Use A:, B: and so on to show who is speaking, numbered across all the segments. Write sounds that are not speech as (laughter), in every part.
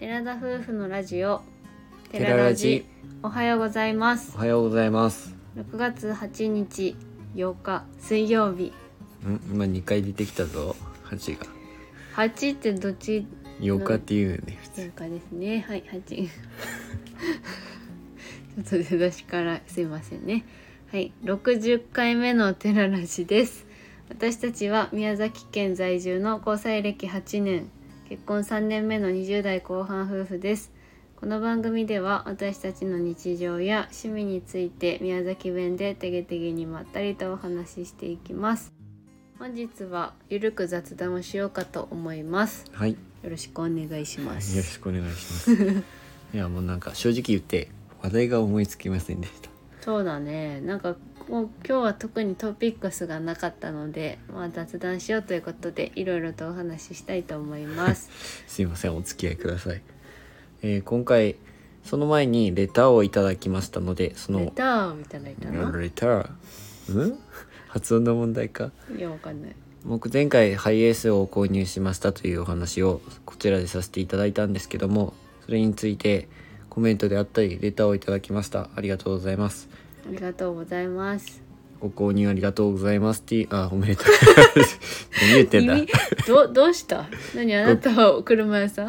A: 田夫婦のラジオ
B: テララジ
A: おはようございます
B: おはようございます。
A: 6月8日8日水曜日
B: ん今2回出てきたぞ。8が。
A: 8ってどっち
B: 8日っていうよね。普通
A: なんかですねはい8 (laughs) ちょっと出だしからすいませんねはい60回目のテララジです私たちは宮崎県在住の交際歴8年結婚3年目の20代後半夫婦ですこの番組では私たちの日常や趣味について宮崎弁でてげてげにまったりとお話ししていきます本日はゆるく雑談をしようかと思います
B: はい。よ
A: よろしくお願いしま
B: ろ
A: す
B: しくお願いし (laughs) ます。いや、もうなんか正直言って、話題が思いつきませんでした。
A: そうだねなんかもう今日は特にトピックスがなかったので、まあ、雑談しようということでいろいろとお話ししたいと思います
B: (laughs) すいません、お付き合いください。えー今回、その前にレターをいただきましたので、そ
A: レ
B: の、
A: ターをいただいたな
B: レター。うん (laughs) 発音の問題か
A: いやわかんない
B: 僕前回ハイエースを購入しましたというお話をこちらでさせていただいたんですけどもそれについてコメントであったりレターをいただきましたありがとうございます
A: ありがとうございます
B: ご購入ありがとうございますってあおめでとう (laughs) ございます何言ってんだ
A: 君どどうした何あなたは車屋さん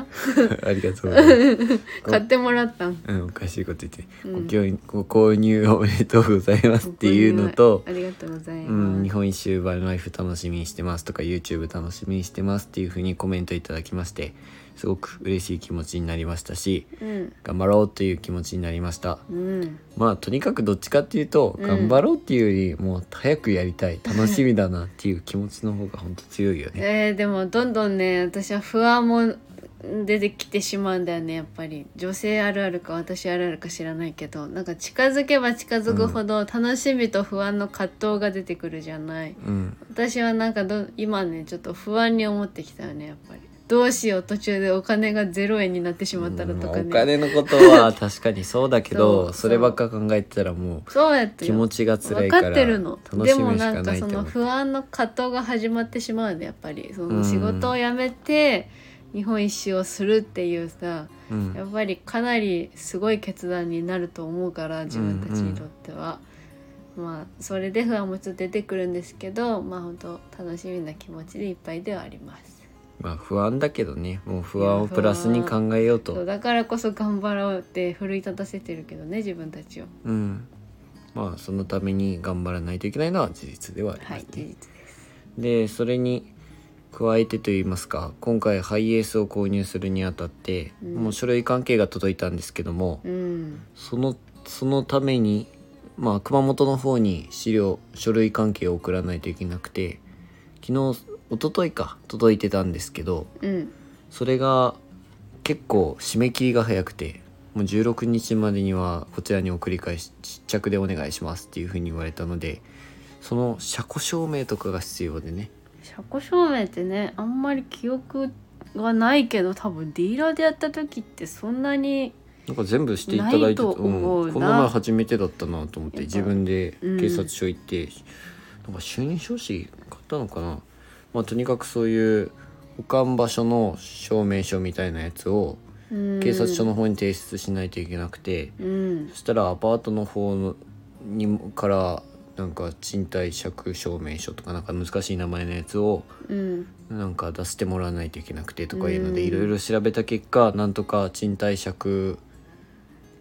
B: ありがとうございますご
A: 買ってもらったん
B: うんおかしいこと言って、
A: うん
B: ご購入ご購入おめでとうございますっていうのと
A: ありがとうござい
B: うん、
A: ま
B: 日
A: す、
B: 本一周バルライフ楽しみにしてますとか YouTube 楽しみにしてますっていう風にコメントいただきましてすごく嬉しい気持ちになりましたし
A: うん
B: 頑張ろうという気持ちになりました
A: うん
B: まあとにかくどっちかっていうと、
A: うん
B: 頑張ろうっていうよりもう早くやり
A: (laughs)
B: たい楽しみだなっていう気持ちの方が本当強いよね
A: えー、でもどんどんね私は不安も出てきてしまうんだよねやっぱり女性あるあるか私あるあるか知らないけどなんか近づけば近づくほど楽しみと不安の葛藤が出てくるじゃない、
B: うん
A: 私はなんかど今ねちょっと不安に思ってきたよねやっぱりどうしよう途中でお金が0円になってしまったらとかね、
B: うんお金のこ
A: (laughs)
B: とは確かにそうだけ
A: そ
B: ど
A: う
B: そればっか考えてたらも
A: そうやっ
B: う
A: て
B: 気持ちが辛
A: 分
B: いか
A: からってるの
B: 楽
A: で
B: し
A: も
B: みし
A: な
B: か
A: ん
B: な
A: か
B: いと
A: そ
B: 思
A: の
B: う
A: 不安の葛藤が始まってしまうんだやっぱりそうの
B: ん
A: 仕事を辞めて日本一周をするっていうさ
B: うん
A: やっぱりかなりすごい決断になると思うから自分たちにとっては、まあそれで不安もちょっと出てくるんですけどまあ本当楽しみな気持ちでいっぱいではあります
B: まあ不安だけどねもう不安をプラスに考えようと
A: そうだからこそ頑張ろうって奮い立たせてるけどね自分たちを
B: うんまあそのために頑張らないといけないのは事実ではあります、ね
A: はい事実です
B: でそれに加えてと言いますか今回ハイエースを購入するにあたって、
A: うん
B: もう書類関係が届いたんですけども、
A: うん
B: そのそのためにまあ熊本の方に資料書類関係を送らないといけなくて昨日一昨日か届いてたんですけど
A: うん
B: それが結構締め切りが早くてもう16日までにはこちらに送り返しちっちゃくでお願いしますっていうふうに言われたのでその車庫証明とかが必要でね
A: 車庫証明ってねあんまり記憶がないけど多分ディーラーでやった時ってそんなに
B: なんか全部していただいてた
A: ないと思うな
B: うんこの前初めてだったなと思って
A: やっぱ
B: 自分で
A: うん
B: 警察署行って、なんか主任証紙買ったのかな、まあ、とにかくそういう保管場所の証明書みたいなやつを
A: 警
B: 警察署の方に提出しないといけなくて、
A: うん
B: そしたらアパートの方のにもからなんか賃貸借証明書とかなんか難しい名前のやつを
A: うん
B: なんか出してもらわないといけなくてとかいうので
A: うん
B: いろいろ調べた結果なんとか賃貸借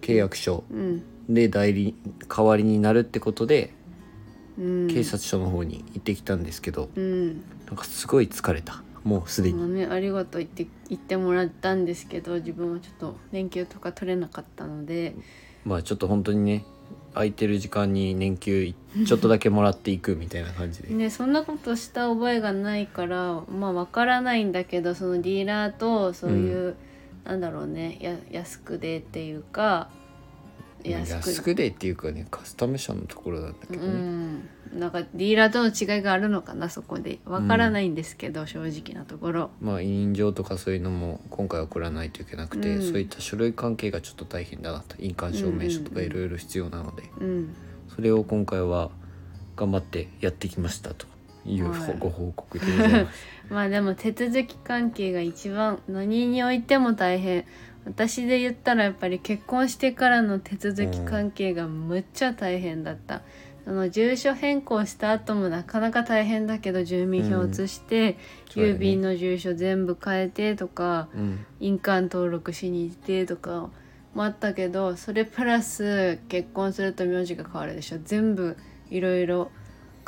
B: 契約書
A: うん
B: で代理代わりになるってことで
A: うん
B: 警察署の方に行ってきたんですけど
A: うん
B: なんかすごい疲れたもうすで
A: まあ
B: に
A: ねありがとう言って言ってもらったんですけど自分はちょっと連休とか取れなかったので
B: まあちょっと本当にね空いてる時間に年休ちょっとだけもらっていくみたいな感じで
A: ねそんなことした覚えがないからまあわからないんだけどそのディーラーとそういう、なんだろうねや安くでっていうか
B: 安くでっていうかねカスタム社のところなんだけど
A: う
B: ね
A: ん、なんかディーラーとの違いがあるのかなそこでわからないんですけど、正直なところ
B: まあ委任状とかそういうのも今回送らないといけなくて
A: うん
B: そういった書類関係がちょっと大変だなと印鑑証明書とかいろいろ必要なので
A: うん
B: それを今回は頑張ってやってきましたという
A: はい
B: ご報
A: (laughs)
B: 告でございます。
A: まあでも手続き関係が一番何においても大変私で言ったらやっぱり結婚してからの手続き関係がむっちゃ大変だった、その住所変更した後もなかなか大変だけど住民票移して、
B: そうだね
A: 郵便の住所全部変えてとか
B: うん
A: 印鑑登録しに行ってとかもあったけどそれプラス結婚すると名字が変わるでしょ全部いろいろ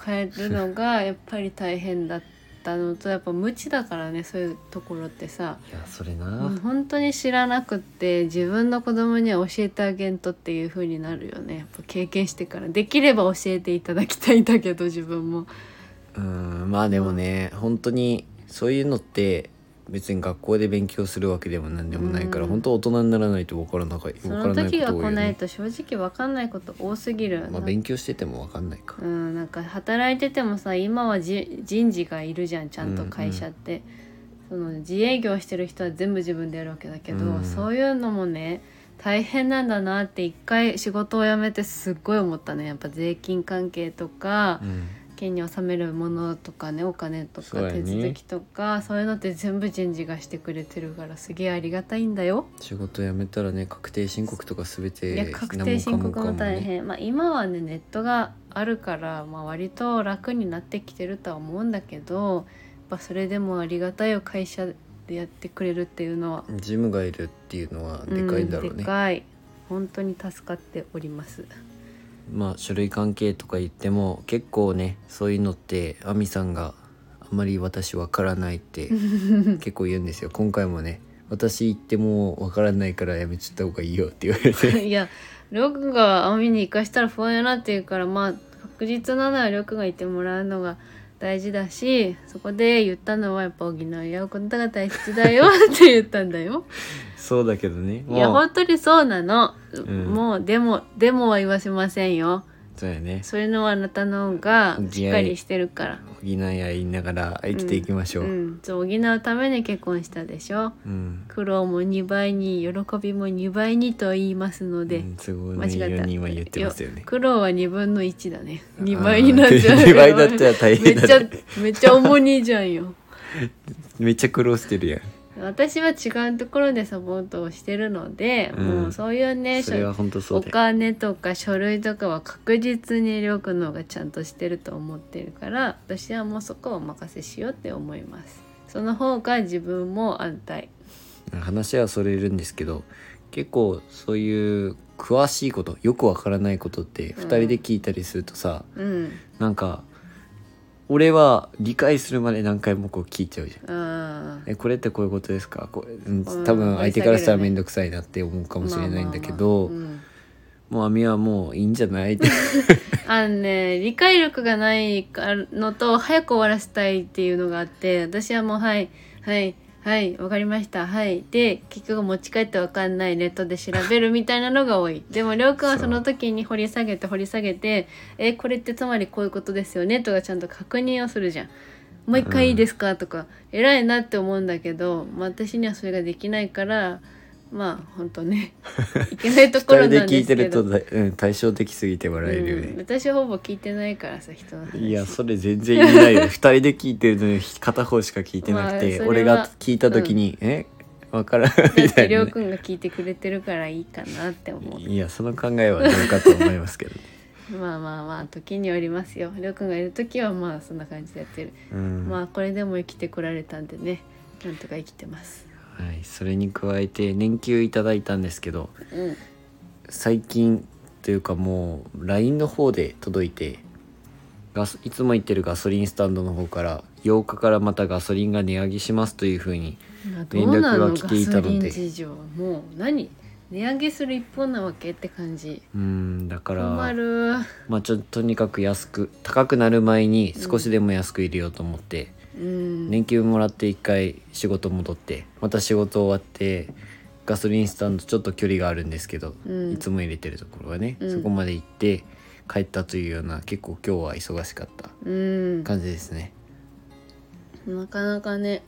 A: 変えるの
B: (laughs)
A: がやっぱり大変だったのとやっぱ無知だからねそういうところってさ
B: いやそれな、
A: うん本当に知らなくって自分の子供には教えてあげんとっていう風になるよねやっぱ経験してからできれば教えていただきたいんだけど自分も。
B: うんまあでもね、本当にそういうのって別に学校で勉強するわけでも何でもないから、
A: うん
B: 本当大人にならないと分からなか分
A: そ
B: から
A: の
B: ない
A: 時
B: こ
A: が
B: と多
A: 来
B: いよ
A: ない
B: ね。
A: と正直わかんないこと多すぎる。
B: まあ勉強してても分かんないか。
A: うん、なんか働いててもさ今はじ人事がいるじゃんちゃんと会社って、その自営業してる人は全部自分でやるわけだけど、
B: うん
A: そういうのもね大変なんだなって一回仕事を辞めてすっごい思ったねやっぱ税金関係とか
B: う、ん、
A: 県に納めるものとかねお金と
B: そう
A: か
B: やね
A: 手続きとかそう,、いうのって全部人事がしてくれてるからすげえありがたいんだよ。
B: 仕事辞めたらね確定申告とか全て
A: いや確定申告も大変、まあ、今はねネットがあるから、まあ、割と楽になってきてるとは思うんだけどやっぱそれでもありがたいよ会社でやってくれるっていうのは
B: ジムがいるっていうのはでかいんだろ
A: う
B: うんね
A: で。かい本当に助かっております
B: まあ書類関係とか言っても結構ねそういうのって亜美さんがあんまり私わからないって
A: (laughs)
B: 結構言うんですよ今回もね私行ってもわからないからやめちゃった方がいいよって言われ
A: (laughs)
B: て
A: いやロクが網に行かしたら不安やなっていうからまあ確実なのはロクがいてもらうのが大事だしそこで言ったのはやっぱ補い合うことが大切だよって言ったんだよ。
B: そうだけどね
A: いや
B: もう
A: 本当にそうなの、
B: ん
A: もうでもでもは言わせませんよ
B: そうやね
A: そういうのはあなたの方がしっかりしてるから
B: 補い合い言いながら生きていきまし
A: う
B: ょう、うん
A: んそう補うために結婚したでしょ苦労も2倍に喜びも2倍にと言いますので、
B: うんすごい
A: 間違え
B: 4
A: た
B: 人は言ってますよね
A: 苦労は2分の1だね2倍になっちゃう
B: あー (laughs) 二倍になっちゃう大
A: め
B: 変
A: っちゃ
B: だ、ね、
A: めっちゃ重荷じゃんよ
B: めっちゃ苦労してるやん
A: 私は違うところでサポートをしてるので、
B: うん
A: もうそういうね
B: それは本当そう
A: お
B: だよ
A: 金とか書類とかは確実にりょうくんの方がちゃんとしてると思ってるから私はもうそこはお任せしようって思いますその方が自分も安泰
B: 話はそれるんですけど結構そういう詳しいことよくわからないことって
A: うん
B: 2人で聞いたりするとさ、
A: うん
B: なんか俺は理解するまで何回もこう聞いちゃうじゃん。
A: あー
B: えこれってこういうことですかこれうん
A: うん
B: 多分相手からしたら
A: 掘り下げるね
B: 面倒くさいなって思うかもしれないんだけ
A: まあ
B: ど
A: まあまあうん
B: もう網はもういいんじゃないって
A: あのね理解力がないのと早く終わらせたいっていうのがあって私はもうはいはいはいわかりましたはいで結局持ち帰ってわかんないネットで調べるみたいなのが多いでもりょうくんは
B: そう
A: その時に掘り下げて掘り下げてえこれってつまりこういうことですよねとかちゃんと確認をするじゃんもう一回いいですかとか偉いなって思うんだけど、まあ、私にはそれができないからまあ本当
B: (laughs)
A: ねいけないとこ
B: 2
A: ろ
B: 人
A: な
B: で
A: ん
B: 聞
A: で
B: い
A: す
B: て
A: け
B: ると
A: ど
B: だ、うん、対照的すぎて笑えるよ
A: うん、
B: ね、
A: 私はほぼ聞いてないからさ人の話
B: いやそれ全然言えない
A: (laughs)
B: よ二人で聞いてるのに片方しか聞いてなく
A: まあそれ
B: て、
A: は
B: 俺が聞いた時に「えわからん」
A: だ
B: み
A: ったて
B: い
A: りょ
B: な
A: う
B: ね、
A: くんが聞いてくれてるからいいかなって思
B: いやその考えはどうかと思います
A: (laughs)
B: けどね、
A: うまあまあまあ時によりますよりょうくんがいる時はまあそんな感じでやってる、
B: うん
A: まあこれでも生きてこられたんでねなんとか生きてます
B: はい、それに加えて年休いただいたんですけど
A: うん
B: 最近というかもう LINE の方で届いてガソいつも行ってるガソリンスタンドの方から8日からまたガソリンが値上げしますというふうに
A: まあどうな
B: 連
A: の
B: 絡が
A: ガ
B: 来
A: ソ
B: ていたので
A: リン事情もう何値上げする一方なわけって感じ
B: うんだから
A: 困る
B: まあちょっととにかく安く高くなる前に少しでも安く入れようと思って、
A: うん、
B: 年休もらって一回仕事戻ってまた仕事終わってガソリンスタンドちょっと距離があるんですけど、
A: うん
B: いつも入れてるところはね、
A: うん
B: そこまで行って帰ったというような結構今日は忙しかった
A: うん
B: 感じですね。
A: なかなかね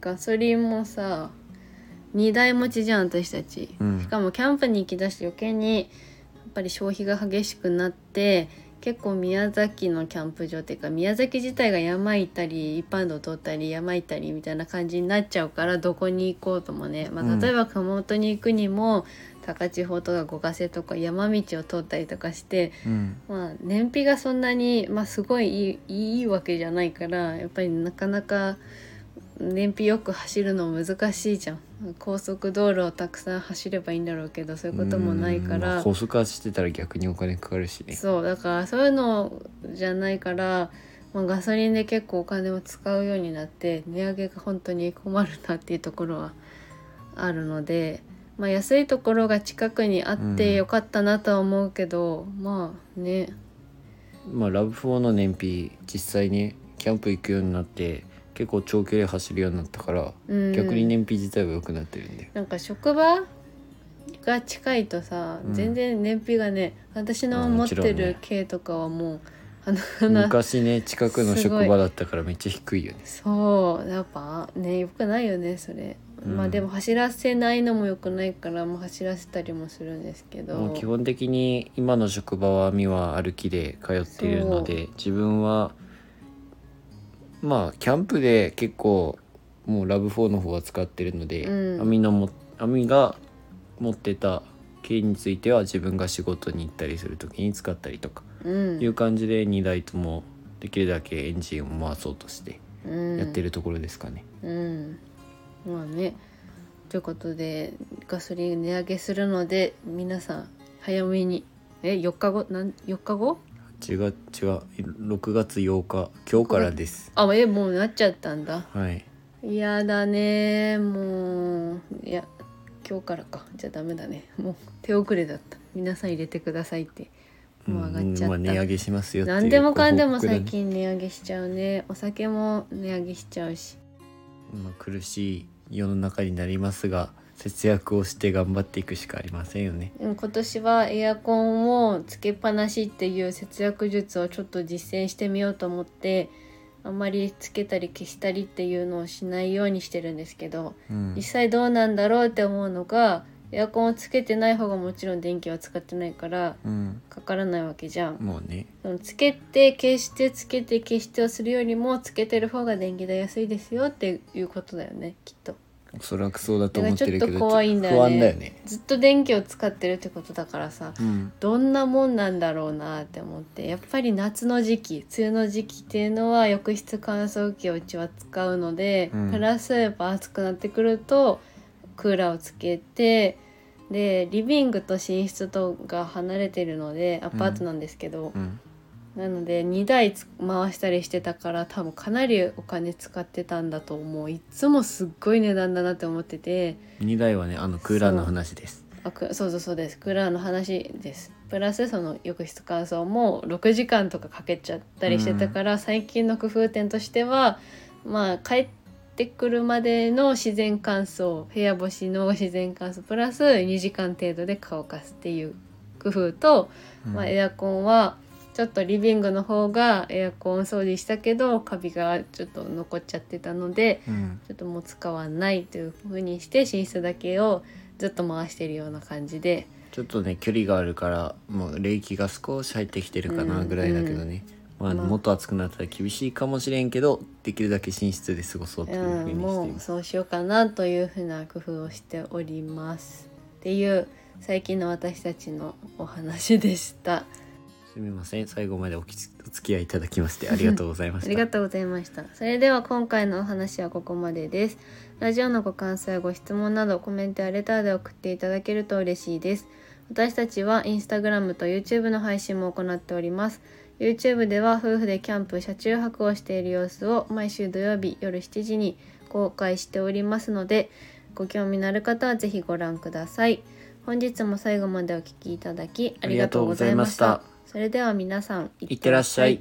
A: ガソリンもさ2台持ちじゃん私たち、
B: うん
A: しかもキャンプに行きだして余計にやっぱり消費が激しくなって結構宮崎のキャンプ場っていうか宮崎自体が山行ったり一般道通ったり山行ったりみたいな感じになっちゃうからどこに行こうともね、ま
B: う
A: あ、
B: ん
A: 例えば熊本に行くにも、高千穂とか五ヶ瀬とか山道を通ったりとかして、
B: うん
A: まあ、燃費がそんなに、まあ、すごいいいいいわけじゃないからやっぱりなかなか燃費よく走るの難しいじゃん高速道路をたくさん走ればいいんだろうけどそういうこともないか
B: うんま
A: ら
B: あ、高速走ってたら逆にお金かかるしね
A: そうだからそういうのじゃないから、まあ、ガソリンで結構お金を使うようになって値上げが本当に困るなっていうところはあるので、まあ、安いところが近くにあってよかったなとは思うけど、まあね
B: まあラブ4の燃費実際にキャンプ行くようになって結構長距離走るようになったから、
A: うん
B: 逆に燃費自体は良くなってるんだよ
A: なんか職場が近いとさ、
B: うん
A: 全然燃費がね私
B: あ
A: の持
B: ーも
A: っ
B: ちろん
A: て
B: ね
A: る軽とかはもうあの
B: 昔ね近くの
A: す
B: 職
A: ごい
B: 場だったからめっちゃ低いよね
A: そうやっぱね良くないよねそれ、
B: うん
A: まあでも走らせないのも良くないからもう走らせたりもするんですけ
B: も
A: ど
B: う基本的に今の職場は網は歩きで通っているので自分はまあキャンプで結構もうラブ4の方は使ってるので、
A: うん
B: 網のも網が持ってた軽については自分が仕事に行ったりする時に使ったりとか
A: うん
B: いう感じで2台ともできるだけエンジンを回そうとしてやってるところですかね。
A: うん、うん、まあねということでガソリン値上げするので皆さん早めにえ4日後なん4日後
B: 違う違う6月8日今日からです。
A: あえもうなっちゃったんだ
B: はい
A: 嫌だねもういや今日からかじゃあダメだねもう手遅れだった皆さん入れてくださいってもう上がっちゃ
B: うん
A: っ
B: ま
A: た、
B: あ、値上げしますよっていう
A: 何でもかんで
B: ご
A: も
B: 報告だね
A: 最近値上げしちゃうねお酒も値上げしちゃうし
B: まあ、苦しい世の中になりますが節約をして頑張っていくしかありませんよね
A: うん今年はエアコンをつけっぱなしっていう節約術をちょっと実践してみようと思ってあんまりつけたり消したりっていうのをしないようにしてるんですけど
B: うん
A: 実際どうなんだろうって思うのがエアコンをつけてない方がもちろん電気は使ってないから
B: うん
A: かからないわけじゃん。
B: もうね
A: そのつけて消してつけて消してをするよりもつけてる方が電気代安いですよっていうことだよねきっと。
B: おそらくそうだと思ってるけど
A: なんかちょっと怖いんだよね
B: 不安だよね
A: ずっと電気を使ってるってことだからさ
B: うん
A: どんなもんなんだろうなって思ってやっぱり夏の時期梅雨の時期っていうのは浴室乾燥機をうちは使うので、
B: うん
A: プラスやっぱ暑くなってくるとクーラーをつけてでリビングと寝室とが離れてるのでアパートなんですけど、
B: うん
A: なので2台つ回したりしてたから多分かなりお金使ってたんだと思ういつもすっごい値段だなって思ってて。
B: 2台はねあのクーラーの話です
A: あくそうそうそうですクーラーの話ですプラスその浴室乾燥も6時間とかかけちゃったりしてたから、最近の工夫点としてはまあ帰ってくるまでの自然乾燥部屋干しの自然乾燥プラス2時間程度で乾かすっていう工夫と、
B: うん
A: まあ、エアコンはちょっとリビングの方がエアコン掃除したけどカビがちょっと残っちゃってたので、
B: うん
A: ちょっともう使わないというふうにして寝室だけをずっと回してるような感じで
B: ちょっとね距離があるからもう冷気が少し入ってきてるかなぐらいだけどね、まあ、
A: まあ
B: もっと暑くなったら厳しいかもしれんけどできるだけ寝室で過ごそうというふう
A: うん、
B: にしてい
A: も
B: ま
A: う
B: す、
A: そうしようかなというふうな工夫をしておりますっていう最近の私たちのお話でした
B: すみません最後までおきつお付き合いいただきましてありがとうございま
A: あ
B: した
A: りがとうございましたそれでは今回のお話はここまでですラジオのご感想やご質問などコメントやレターで送っていただけると嬉しいです私たちはインスタグラムと YouTube の配信も行っております YouTube では夫婦でキャンプ車中泊をしている様子を毎週土曜日夜7時に公開しておりますのでご興味のある方はぜひご覧ください本日も最後までお聞きいただきありがとうございました
B: ありがとうございま
A: それでは皆さんい
B: いってらっしゃい